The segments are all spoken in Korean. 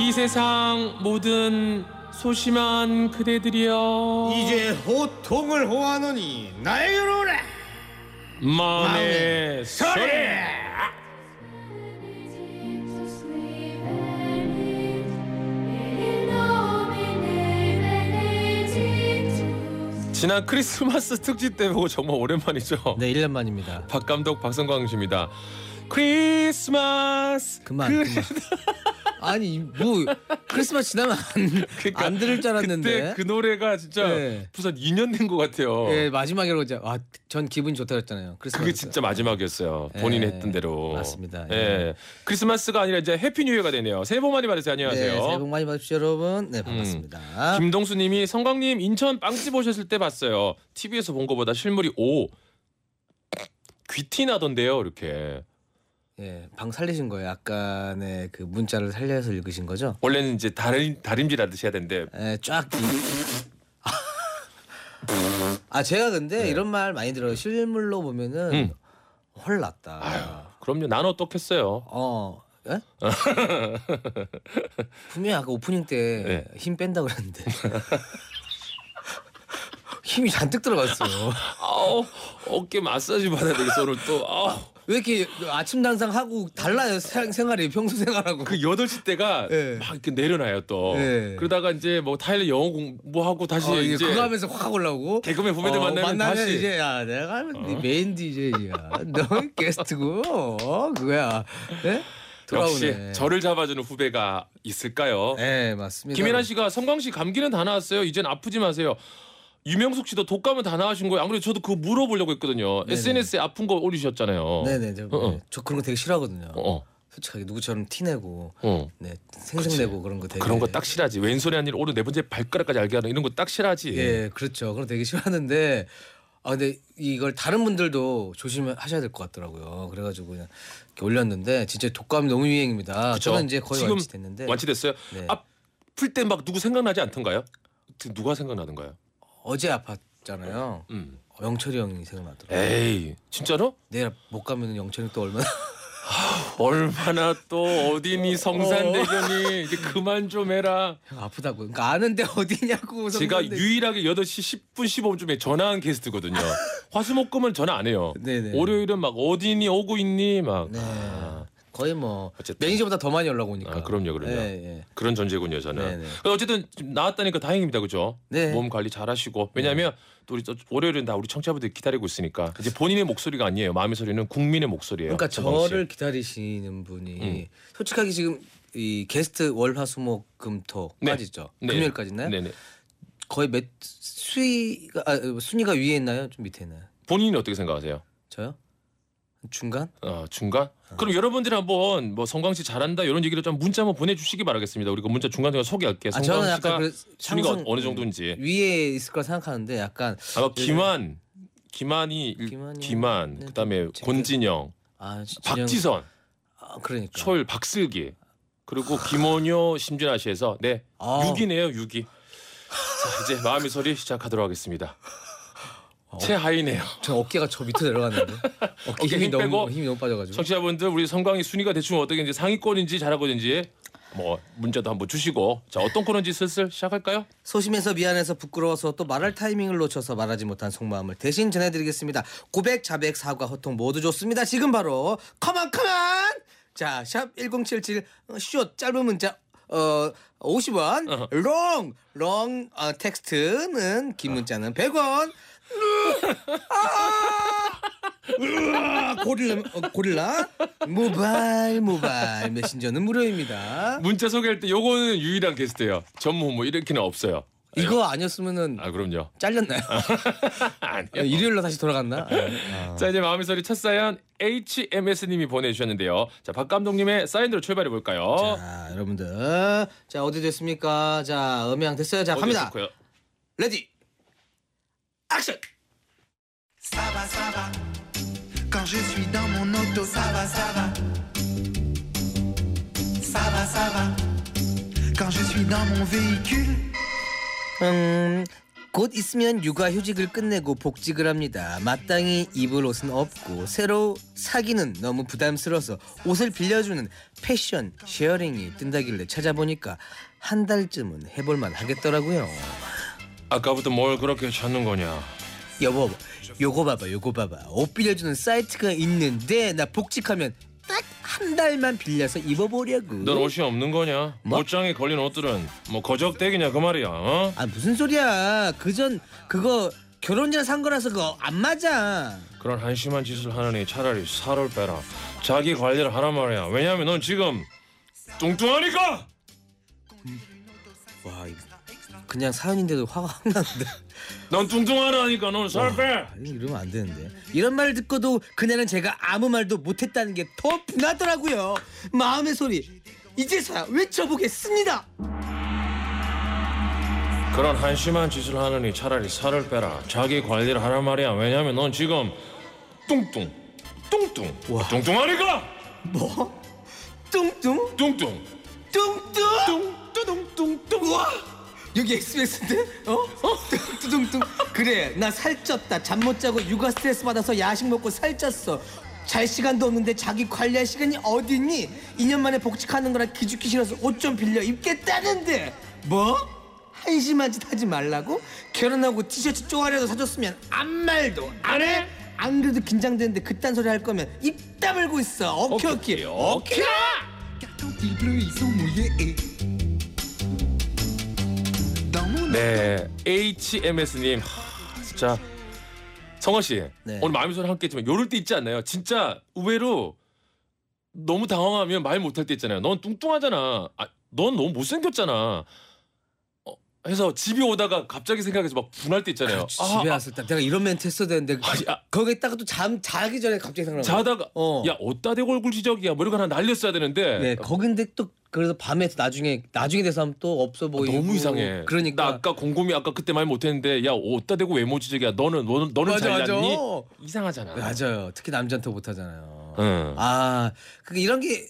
이 세상 모든 소심한 그대들이여 이제 호통을 호하노니 나에게로 오라 마음의 소리 지난 크리스마스 특집 때 보고 정말 오랜만이죠 네, 1년 만입니다. 박 감독 박성광 씨입니다 크리스마스 그만. 그만. 아니 뭐 크리스마스 지나면 안, 그러니까 안 들을 줄 알았는데. 그때 그 노래가 진짜 네. 부산 2년 된 것 같아요 예, 마지막으로 이제 아, 전 기분 이 좋다 그랬잖아요. 크리스마스. 그게 진짜 마지막이었어요. 본인이 예, 했던 대로. 맞습니다. 예. 예. 크리스마스가 아니라 이제 해피 뉴이어가 되네요. 새해 복 많이 받으세요. 안녕하세요. 음. 네, 새해 복 많이 받으십시오, 여러분. 네, 반갑습니다. 김동수 님이 성광님 인천 빵집 오셨을 때 봤어요. TV에서 본 거보다 실물이 오 귀티 나던데요. 이렇게. 예, 방 살리신 거예요. 아까의 그 문자를 살려서 읽으신 거죠? 원래는 이제 다른 다림질 하듯이 해야 되는데 예, 쫙 이- 아, 네. 제가 근데 이런 말 많이 들어요. 실물로 보면은 음. 헐 낫다. 그럼요. 난 어떻겠어요. 어. 예? 분명히 아까 오프닝 때 네. 힘 뺀다 그랬는데 힘이 잔뜩 들어갔어. 아우 어깨 마사지 받아야 되겠어 오늘 또. 아우 왜 이렇게 아침 단상 하고 달라요 생- 생활이 평소 생활하고. 그 8시 때가 예. 막 이렇게 내려놔요 또. 예. 그러다가 이제 뭐 타일러 영어 공부하고 다시 어, 이제 이제 그거 하면서 확 올라오고. 어, 개그맨 후배들 만나면 다시. 어. 이제 야 내가 하면 네 메인 DJ야. 너 게스트고 어, 그거야. 네? 돌아오네. 역시 저를 잡아주는 후배가 있을까요? 네 맞습니다. 김혜란 씨가 성광 씨 감기는 다 나았어요. 이젠 아프지 마세요. 유명숙 씨도 독감은 다 나으신 거예요. 아무래도 저도 그거 물어보려고 했거든요. SNS에 아픈 거 올리셨잖아요. 네네 저, 어, 어. 네, 저 그런 거 되게 싫어하거든요. 어, 솔직하게 누구처럼 티 내고 어. 네 생색내고 그런 거 되게 그런 거 딱 싫어하지. 왼손이 아니라 오른 네 번째 발가락까지 알게 하는 이런 거 딱 싫어하지. 예 그렇죠 그런 거 되게 싫어하는데 아 근데 이걸 다른 분들도 조심하셔야 될 것 같더라고요 그래가지고 그냥 이렇게 올렸는데 진짜 독감이 너무 유행입니다 그쵸? 아, 저는 이제 거의 지금 완치됐는데 완치됐어요. 네. 아플 때 막 누구 생각나지 않던가요? 누가 생각나던가요? 어제 아팠잖아요 음. 영철이 형이 생각나더라고요 에이, 진짜로? 내일 못 가면 영철이 또 얼마나 얼마나 또 어디니 성산대교니 이제 그만 좀 해라. 형 아프다고 그러니까 아는데 어디냐고 제가 성대인데. 유일하게 8시 10분 15분쯤에 전화한 게스트거든요. 화수목금은 전화 안 해요. 네네. 월요일은 막 어디니 오고 있니 막 네. 아, 거의 뭐 어쨌든. 매니저보다 더 많이 연락 오니까 아, 그럼요, 그럼요. 예, 예. 그런 존재군요 저는. 네네. 그러니까 어쨌든 지금 나왔다니까 다행입니다, 그죠? 네. 몸 관리 잘하시고 왜냐하면 또 우리 또 월요일은 다 우리 청취자분들 기다리고 있으니까 이제 본인의 목소리가 아니에요. 마음의 소리는 국민의 목소리예요. 음. 그러니까 정광 씨. 저를 기다리시는 분이 솔직하게 지금 이 게스트 네. 월화수목금토까지죠 네. 금요일까지나요? 네네. 거의 몇 수위가 아, 순위가 위에 있나요? 좀 밑에 있나요? 본인이 어떻게 생각하세요? 저요? 중간? 어, 중간? 그럼 여러분들이 한번 뭐 성광 씨 잘한다 이런 얘기를 좀 문자 한번 보내주시기 바라겠습니다. 우리가 그 문자 중간 중간 소개할게요. 아, 성광 저는 씨가 약간 그 순위가 상승- 음. 어느 정도인지. 위에 있을 거라 생각하는데 약간 아까 김한, 김한이, 일- 네. 김한이요? 김한, 네, 그다음에 좀 곤진영, 아 지- 진영- 박지선, 아, 그러니까 철, 박슬기 그리고 김원효, 심준아 씨에서 네 아. 6이네요 6이. 자 이제 마음의 소리 시작하도록 하겠습니다. 최하이네요. 저 어깨가 저 밑으로 내려갔는데 어깨 어깨 힘이 힘 너무 빼고. 힘이 너무 빠져가지고 청취자분들 우리 성광이 순위가 대충 어떻게 이제 상위권인지 잘하고든지 뭐 문자도 한번 주시고 자 어떤 코너인지 슬슬 시작할까요? 소심해서 미안해서 부끄러워서 또 말할 타이밍을 놓쳐서 말하지 못한 속마음을 대신 전해드리겠습니다. 고백, 자백, 사과, 허통 모두 좋습니다. 지금 바로 컴온 컴온! 자, 샵 1077, 쇼 짧은 문자 어 50원, 롱, 롱 어, 텍스트는 긴 문자는 100원. 아! 으아, 고릴라, 어, 고릴라 모바일 모바일 메신저는 무료입니다. 문자 소개할 때 요거는 유일한 게스트예요. 전문 뭐 이렇게는 없어요. 이거 아니었으면은 아 그럼요. 잘렸나요? 아니요. 네, 일요일로 다시 돌아갔나? 네. 어. 자 이제 마음의 소리 첫 사연 HMS님이 보내주셨는데요. 자 박 감독님의 사연대로 출발해 볼까요? 자, 아, 여러분들. 자, 어디 됐습니까? 자, 음향 됐어요. 자, 갑니다. 레디. 액션. Ça va, ça va. Quand je suis dans mon auto, ça va, ça va. Ça va, ça va. Quand je suis dans mon véhicule. 음. 곧 있으면 육아휴직을 끝내고 복직을 합니다. 마땅히 입을 옷은 없고 새로 사기는 너무 부담스러워서 옷을 빌려주는 패션 쉐어링이 뜬다길래 찾아보니까 한 달쯤은 해볼만 하겠더라고요. 아까부터 뭘 그렇게 찾는 거냐? 여보, 요거 봐봐, 요거 봐봐. 옷 빌려주는 사이트가 있는데 나 복직하면 딱 한 달만 빌려서 입어보려고. 넌 옷이 없는 거냐? 뭐? 옷장에 걸린 옷들은 뭐 거적대기냐 그 말이야. 어? 아 무슨 소리야? 그전 그거 결혼이랑 산 거라서 그거 안 맞아. 그런 한심한 짓을 하느니 차라리 살을 빼라. 자기 관리를 하란 말이야. 왜냐면 넌 지금 뚱뚱하니까. 와, 이- 그냥 사연인데도 화가 확 나는데. 넌 뚱뚱하라니까 넌 살 빼. 아, 이러면 안 되는데. 이런 말을 듣고도 그날은 제가 아무 말도 못했다는 게 더 분하더라고요. 마음의 소리 이제서야 외쳐보겠습니다. 그런 한심한 짓을 하느니 차라리 살을 빼라. 자기 관리를 하란 말이야. 왜냐면 넌 지금 뚱뚱, 뚱뚱, 와. 뚱뚱하니까. 뭐? 뚱뚱 뚱뚱. 뚱뚱 뚱뚱뚱뚱 와 여기 SBS인데? 어? 뚱뚱뚱 그래 나 살쪘다 잠 못 자고 육아 스트레스 받아서 야식 먹고 살쪘어 잘 시간도 없는데 자기 관리할 시간이 어딨니? 2년 만에 복직하는 거라 기죽기 싫어서 옷 좀 빌려 입겠다는데 뭐? 한심한 짓 하지 말라고? 결혼하고 티셔츠 쪼가리라도 사줬으면 아무 말도 안 해? 안 그래도 긴장되는데 그딴 소리 할 거면 입 다물고 있어 오케이 오케이 오케이 Car quand il pleut, ils sont mouillés et. Dans mon 네, HMS님 진짜 성화 씨 네. 오늘 마음의 소리 함께했지만 요럴 때 있지 않나요? 진짜 의외로 너무 당황하면 말 못할 때 있잖아요. 넌 뚱뚱하잖아. 아, 넌 너무 못생겼잖아. 어, 해서 집에 오다가 갑자기 생각해서 막 분할 때 있잖아요. 그렇지, 아, 집에 아, 왔을 때 내가 이런 멘트 했어야 되는데 아니, 아. 거기다가 또 잠 자기 전에 갑자기 생각나. 자다가 어. 야 어따 대고 얼굴 지적이야 뭐 이런 거 하나 날렸어야 되는데 아, 네, 거긴데 또 그래서 밤에 나중에 나중에 돼서 하면 또 없어 보이고 아, 너무 이상해. 그러니까 나 아까 곰곰이 아까 그때 말 못했는데 야 어따 대고 외모 지적이야 너는 너는 너는 맞아, 맞아. 잘났니? 이상하잖아. 맞아요. 특히 남자한테 못하잖아요. 응. 아, 그 이런 게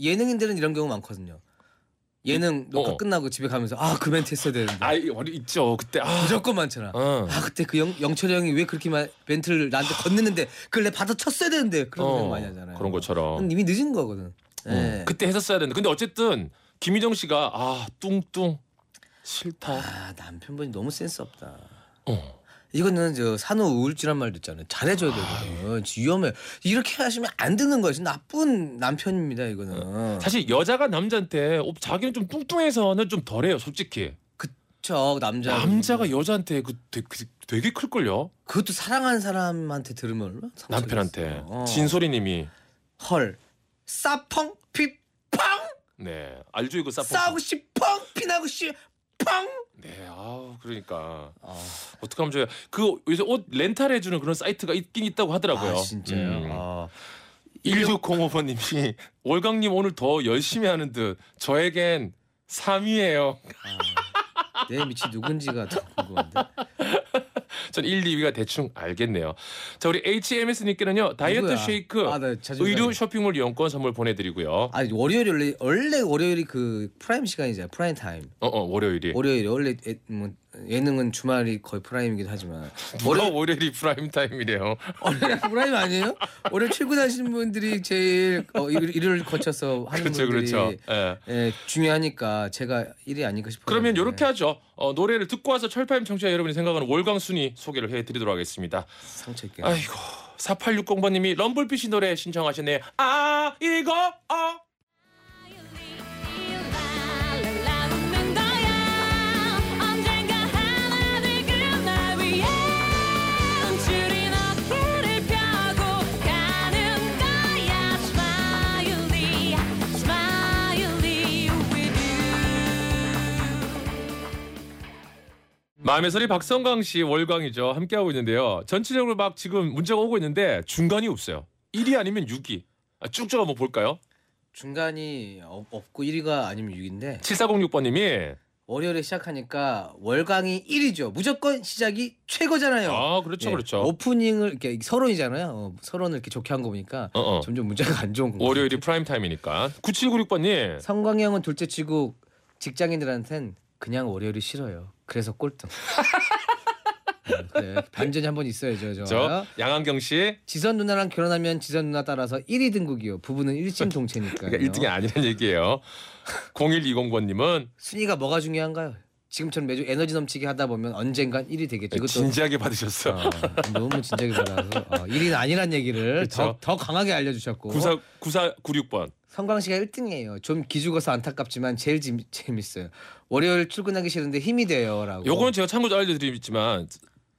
예능인들은 이런 경우 많거든요. 예능 녹화 어. 끝나고 집에 가면서 아 그 멘트 했어야 되는데 아, 이 원래 있죠. 그때 아, 무조건 많잖아. 어. 아 그때 그 영, 영철이 형이 왜 그렇게 말 멘트를 나한테 건넸는데 그걸 내 받아 쳤어야 되는데 그런 어, 생각 많이 하잖아요. 그런 것처럼. 그럼 이미 늦은 거거든. 예. 음, 그때 했었어야 되는데. 근데 어쨌든 김희정 씨가 아 뚱뚱 싫다. 아 남편분이 너무 센스 없다. 어. 이거는 저 산후 우울증란 말도 있잖아요. 잘해줘야 예. 되거든. 진짜 위험해. 이렇게 하시면 안 되는 거예요. 진짜 나쁜 남편입니다. 이거는. 사실 여자가 남자한테 어, 자기는 좀 뚱뚱해서는 좀 덜해요. 솔직히 그쵸 남자. 남자가 여자한테 그 되게, 되게 클걸요. 그것도 사랑하는 사람한테 들으면 얼마나 상처가 남편한테 있어. 어. 진소리님이 헐 싸펑 피펑 네 알죠 이거 싸포. 싸우고 싶펑 피나고 싶펑. 네 아우 그러니까 어. 어떻게 하면 좋아요. 그 요새 옷 렌탈해 주는 그런 사이트가 있긴 있다고 하더라고요. 아 진짜요. 음. 아. 1605번님이 월강님 오늘 더 열심히 하는 듯 저에겐 3위예요. 내 미치 누군지가 더 궁금한데. 전 1, 2위가 대충 알겠네요. 자 우리 HMS님께는요 다이어트 누구야? 쉐이크 아, 나 자존심 의류 상해. 쇼핑몰 이용권 선물 보내드리고요. 어, 아니 월요일 원래 원래 월요일이 그 프라임 시간이잖아요. 프라임 타임. 어, 어 월요일이 월요일 원래 예, 뭐 예능은 주말이 거의 프라임이기도 하지만 뭐라 월요일이 프라임 타임이래요. 월요일 프라임 아니에요? 월요일 출근하시는 분들이 제일 어, 일- 일을 거쳐서 하는 그렇죠 분들이 그렇죠. 예. 예, 중요하니까 제가 일이 아닐까 싶어요. 그러면 네. 이렇게 하죠. 어, 노래를 듣고 와서 철파임 청취자 여러분이 생각하는 월강 순위 소개를 해드리도록 하겠습니다. 네, 상처 있게. 아이고 4860번님이 럼블피쉬 노래 신청하셨네요. 아 이거 어. 일라 웃는 거야 언젠가 하나 될 그날 위해 움츠린 어깨를 펴고 가는 거야 Smiley, smiley with you 마음의 소리 박성광 씨 월광이죠. 함께하고 있는데요. 전체적으로 막 지금 문자가 오고 있는데 중간이 없어요. 1위 아니면 6위. 아, 쭉쭉 한번 볼까요? 중간이 없- 없고 1위가 아니면 6위인데 네. 7406번님이 월요일에 시작하니까 월강이 1위죠. 무조건 시작이 최고잖아요. 아 그렇죠 예, 그렇죠. 오프닝을 이렇게 서론이잖아요. 어, 서론을 이렇게 좋게 한 거 보니까 어, 어. 점점 문제가 안 좋은 거. 월요일이 네. 프라임 타임이니까. 9796번님 성광이 형은 둘째 치고 직장인들한텐 그냥 월요일이 싫어요. 그래서 꼴등. 네, 그래. 반전이 한 번 있어야죠. 저. 저 그렇죠? 양한경 씨 지선 누나랑 결혼하면 지선 누나 따라서 1위 등극이요. 부부는 일심 동체니까요. 그러니까 1등이 아니란 얘기예요. 0120번님은 순위가 뭐가 중요한가요? 지금처럼 매주 에너지 넘치게 하다 보면 언젠간 1위 되겠죠. 이것도 네, 진지하게 받으셨어. 요 어, 너무 진작에 받아서 어, 1위는 아니란 얘기를 더, 그쵸. 더 강하게 알려주셨고 구사 구사 96번. 성광 씨가 1등이에요. 좀 기죽어서 안타깝지만 제일 지, 재밌어요. 월요일 출근하기 싫은데 힘이 돼요라고. 요거는 제가 참고로 알려드리지만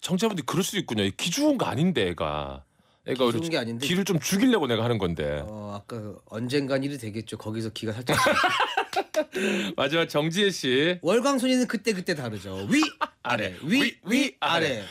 청취자분들이 그럴 수도 있군요. 기죽은 거 아닌데 애가. 애가 기죽은 게 아닌데. 기를 좀 죽이려고 내가 하는 건데. 어, 아까 그 언젠간 1위 되겠죠. 거기서 기가 살짝 마지막 정지혜 씨 월광 손이는 그때 그때 다르죠. 위 아래 위 위 네. 위, 위, 아래.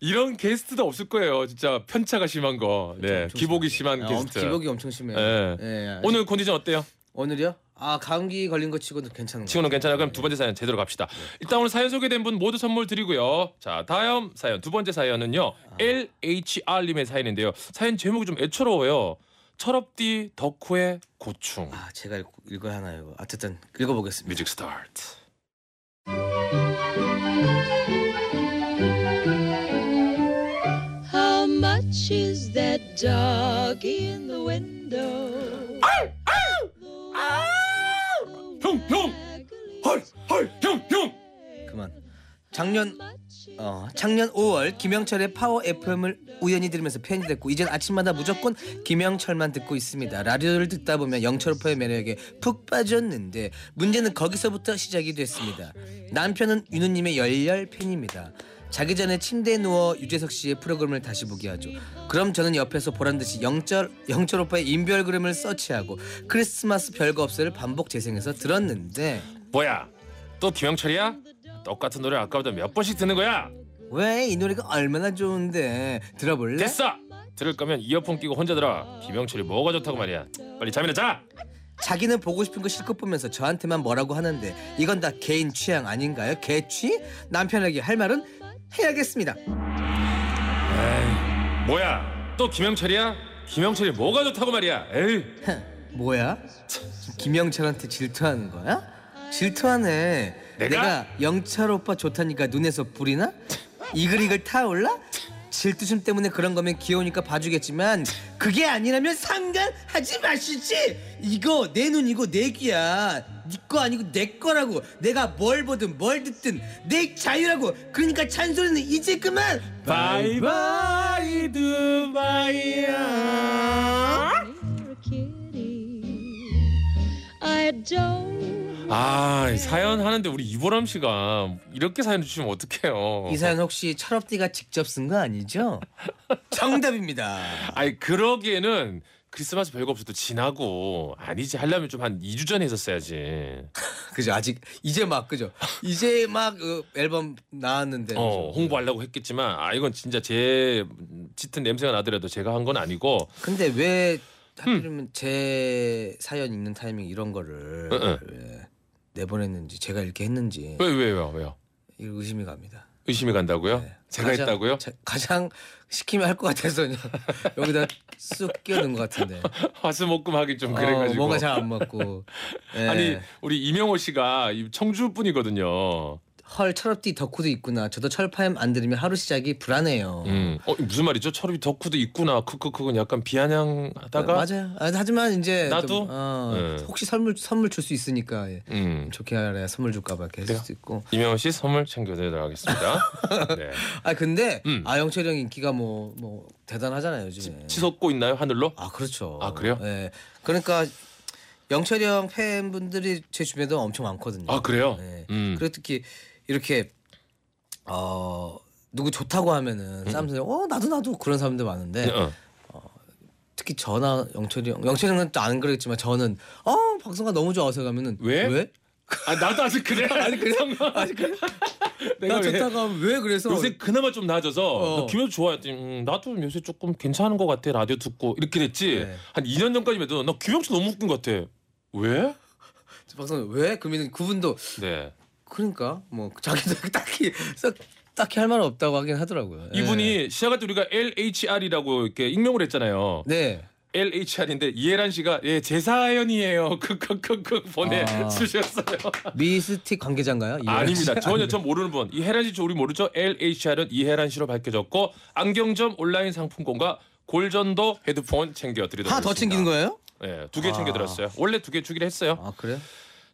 이런 게스트도 없을 거예요. 진짜 편차가 심한 거. 네, 그렇죠. 엄청 기복이 심해요. 심한 아, 엄- 게스트. 기복이 엄청 심해요. 예. 예. 오늘 컨디션 어때요? 오늘이요? 아 감기 걸린 거 치고도 괜찮은 거. 지금은 괜찮아요. 그럼 두 번째 사연 제대로 갑시다. 일단 오늘 사연 소개된 분 모두 선물 드리고요. 자, 다음 사연 두 번째 사연은요. LHR 님의 사연인데요. 사연 제목이 좀 애처로워요. 철업디 덕후의 고충. 아 제가 읽, 읽어야 하나요? 어쨌든 읽어보겠습니다. 뮤직 스타트. How much is that dog in the window? 형, 형. 헐, 헐, 형, 형. 그만. 작년 어 작년 5월 김영철의 파워 FM을 우연히 들으면서 팬이 됐고 이젠 아침마다 무조건 김영철만 듣고 있습니다. 라디오를 듣다 보면 영철 오빠의 매력에 푹 빠졌는데 문제는 거기서부터 시작이 됐습니다. 남편은 윤우님의 열렬 팬입니다. 자기 전에 침대에 누워 유재석 씨의 프로그램을 다시 보게 하죠. 그럼 저는 옆에서 보란 듯이 영철 영철 오빠의 인비 얼그램을 서치하고 크리스마스 별거 없어를 반복 재생해서 들었는데 뭐야? 또 김영철이야? 똑같은 노래 아까보다 몇 번씩 듣는 거야? 왜 이 노래가 얼마나 좋은데 들어볼래? 됐어. 들을 거면 이어폰 끼고 혼자 들어. 김영철이 뭐가 좋다고 말이야. 빨리 잠이나 자. 자기는 보고 싶은 거 실컷 보면서 저한테만 뭐라고 하는데 이건 다 개인 취향 아닌가요? 개취? 남편에게 할 말은 해야겠습니다. 뭐야? 또 김영철이야? 김영철이 뭐가 좋다고 말이야? 에이. 뭐야? 김영철한테 질투하는 거야? 질투하네. 내가? 영철 오빠 좋다니까 눈에서 불이나? 이글이글 타올라? 질투심 때문에 그런 거면 귀여우니까 봐주겠지만 그게 아니라면 상관하지 마시지. 이거 내 눈이고 내 귀야. 네 거 아니고 내 거라고. 내가 뭘 보든 뭘 듣든 내 자유라고. 그러니까 잔소리는 이제 그만. 바이바이 두바이야. You're a kitty. I don't. 아, 이 사연 하는데 우리 이보람 씨가 이렇게 사연 주시면 어떡해요? 이 사연 혹시 철업디가 직접 쓴 거 아니죠? 정답입니다. 아니 그러기에는 크리스마스 별거 없어도 지나고 아니지 하려면 좀 한 2주 전에 했었어야지. 네, 그죠 아직 이제 막 그죠 이제 막 어, 앨범 나왔는데 어, 홍보하려고 했겠지만 아 이건 진짜 제 짙은 냄새가 나더라도 제가 한 건 아니고 근데 왜 하필이면 제 사연 읽는 타이밍 이런 거를 음. 응, 응. 왜 내보냈는지 제가 이렇게 했는지 왜 왜 왜 왜요? 이 의심이 갑니다. 의심이 간다고요? 네. 제가 가장- 했다고요? 자- 가장 시키면 할 것 같아서 그냥 여기다 쑥 끼워둔 것 같은데 화수목금 하기 좀 음, 어, 그래가지고 뭔가 잘 안 맞고 예. 아니 우리 이명호 씨가 이 청주 분이거든요. 헐 철업디 덕후도 있구나 저도 철파엠 안 들으면 하루 시작이 불안해요. 음, 어 무슨 말이죠? 철이 덕후도 있구나. 크크크는 약간 비아냥하다가 맞아요. 아, 하지만 이제 나도? 좀, 어, 네. 혹시 선물 선물 줄 수 있으니까 예. 음, 좋게 알아야 선물 줄까봐 이렇게 했을 수도 있고. 이명호 씨 선물 챙겨드리도록 하겠습니다. 네. 아 근데 음. 아 영철 형 인기가 뭐 뭐 대단하잖아요 요즘에. 치솟고 있나요 하늘로? 아 그렇죠. 네. 아, 그래요? 예. 그러니까 영철 형 팬분들이 제 주변에도 엄청 많거든요. 아 그래요? 예. 음. 그리고 특히 이렇게 어 누구 좋다고 하면은 음. 사람들이 어 나도 나도 그런 사람들 많은데 어. 특히 저나 영철이 형 영철이 형은 또 안 그랬지만 저는 어 박성가 너무 좋아서 가면은 왜? 왜? 아 나도 아직 그래. 아직 그래. 아직 그래. 나 내가 왜? 좋다고 하면 왜 그래서 요새 그나마 좀 나아져서 어. 나 김현수 좋아했더니 음, 나도 요새 조금 괜찮은 것 같아 라디오 듣고 이렇게 됐지 네. 한 2년 전까지만 해도 나 김현수 너무 웃긴 것 같아 왜? 박성가 왜? 그러면 그분도 네 그러니까 뭐 자기도 딱히 썩- 딱히 할 말은 없다고 하긴 하더라고요. 예. 이분이 시작할 때 우리가 LHR이라고 이렇게 익명을 했잖아요 네. LHR인데 이혜란 씨가 예, 제 사연이에요. 그, 크크크크 보내 아. 주셨어요. 미스틱 관계자인가요? 예. 이 아닙니다. 여자? 전혀 전 모르는 분. 이혜란 씨 우리 모르죠? LHR은 이혜란 씨로 밝혀졌고 안경점 온라인 상품권과 골전도 헤드폰 챙겨 드리도록 하나 더 챙기는 거예요? 예, 두 개 아. 챙겨 드렸어요. 원래 두 개 주기로 했어요. 아 그래요?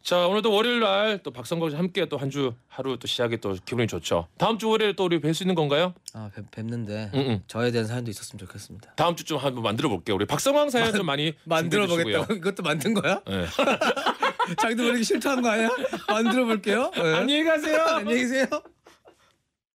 자, 오늘도 월요일 날 또 박성광 씨 함께 또 한 주 하루 또 시작이 또 기분이 좋죠. 다음 주 월요일 또 우리 뵐 수 있는 건가요? 아 뵙, 뵙는데 응, 응. 저에 대한 사연도 있었으면 좋겠습니다. 다음 주쯤 한번 만들어 볼게요. 우리 박성광 사연 좀 많이 만들어 준비해 주시고요. 보겠다고 이것도 만든 거야? 예. 자기도 모르게 실토한 거 아니야? 만들어 볼게요. 안녕히 예. 가세요. 예. 안녕히 계세요.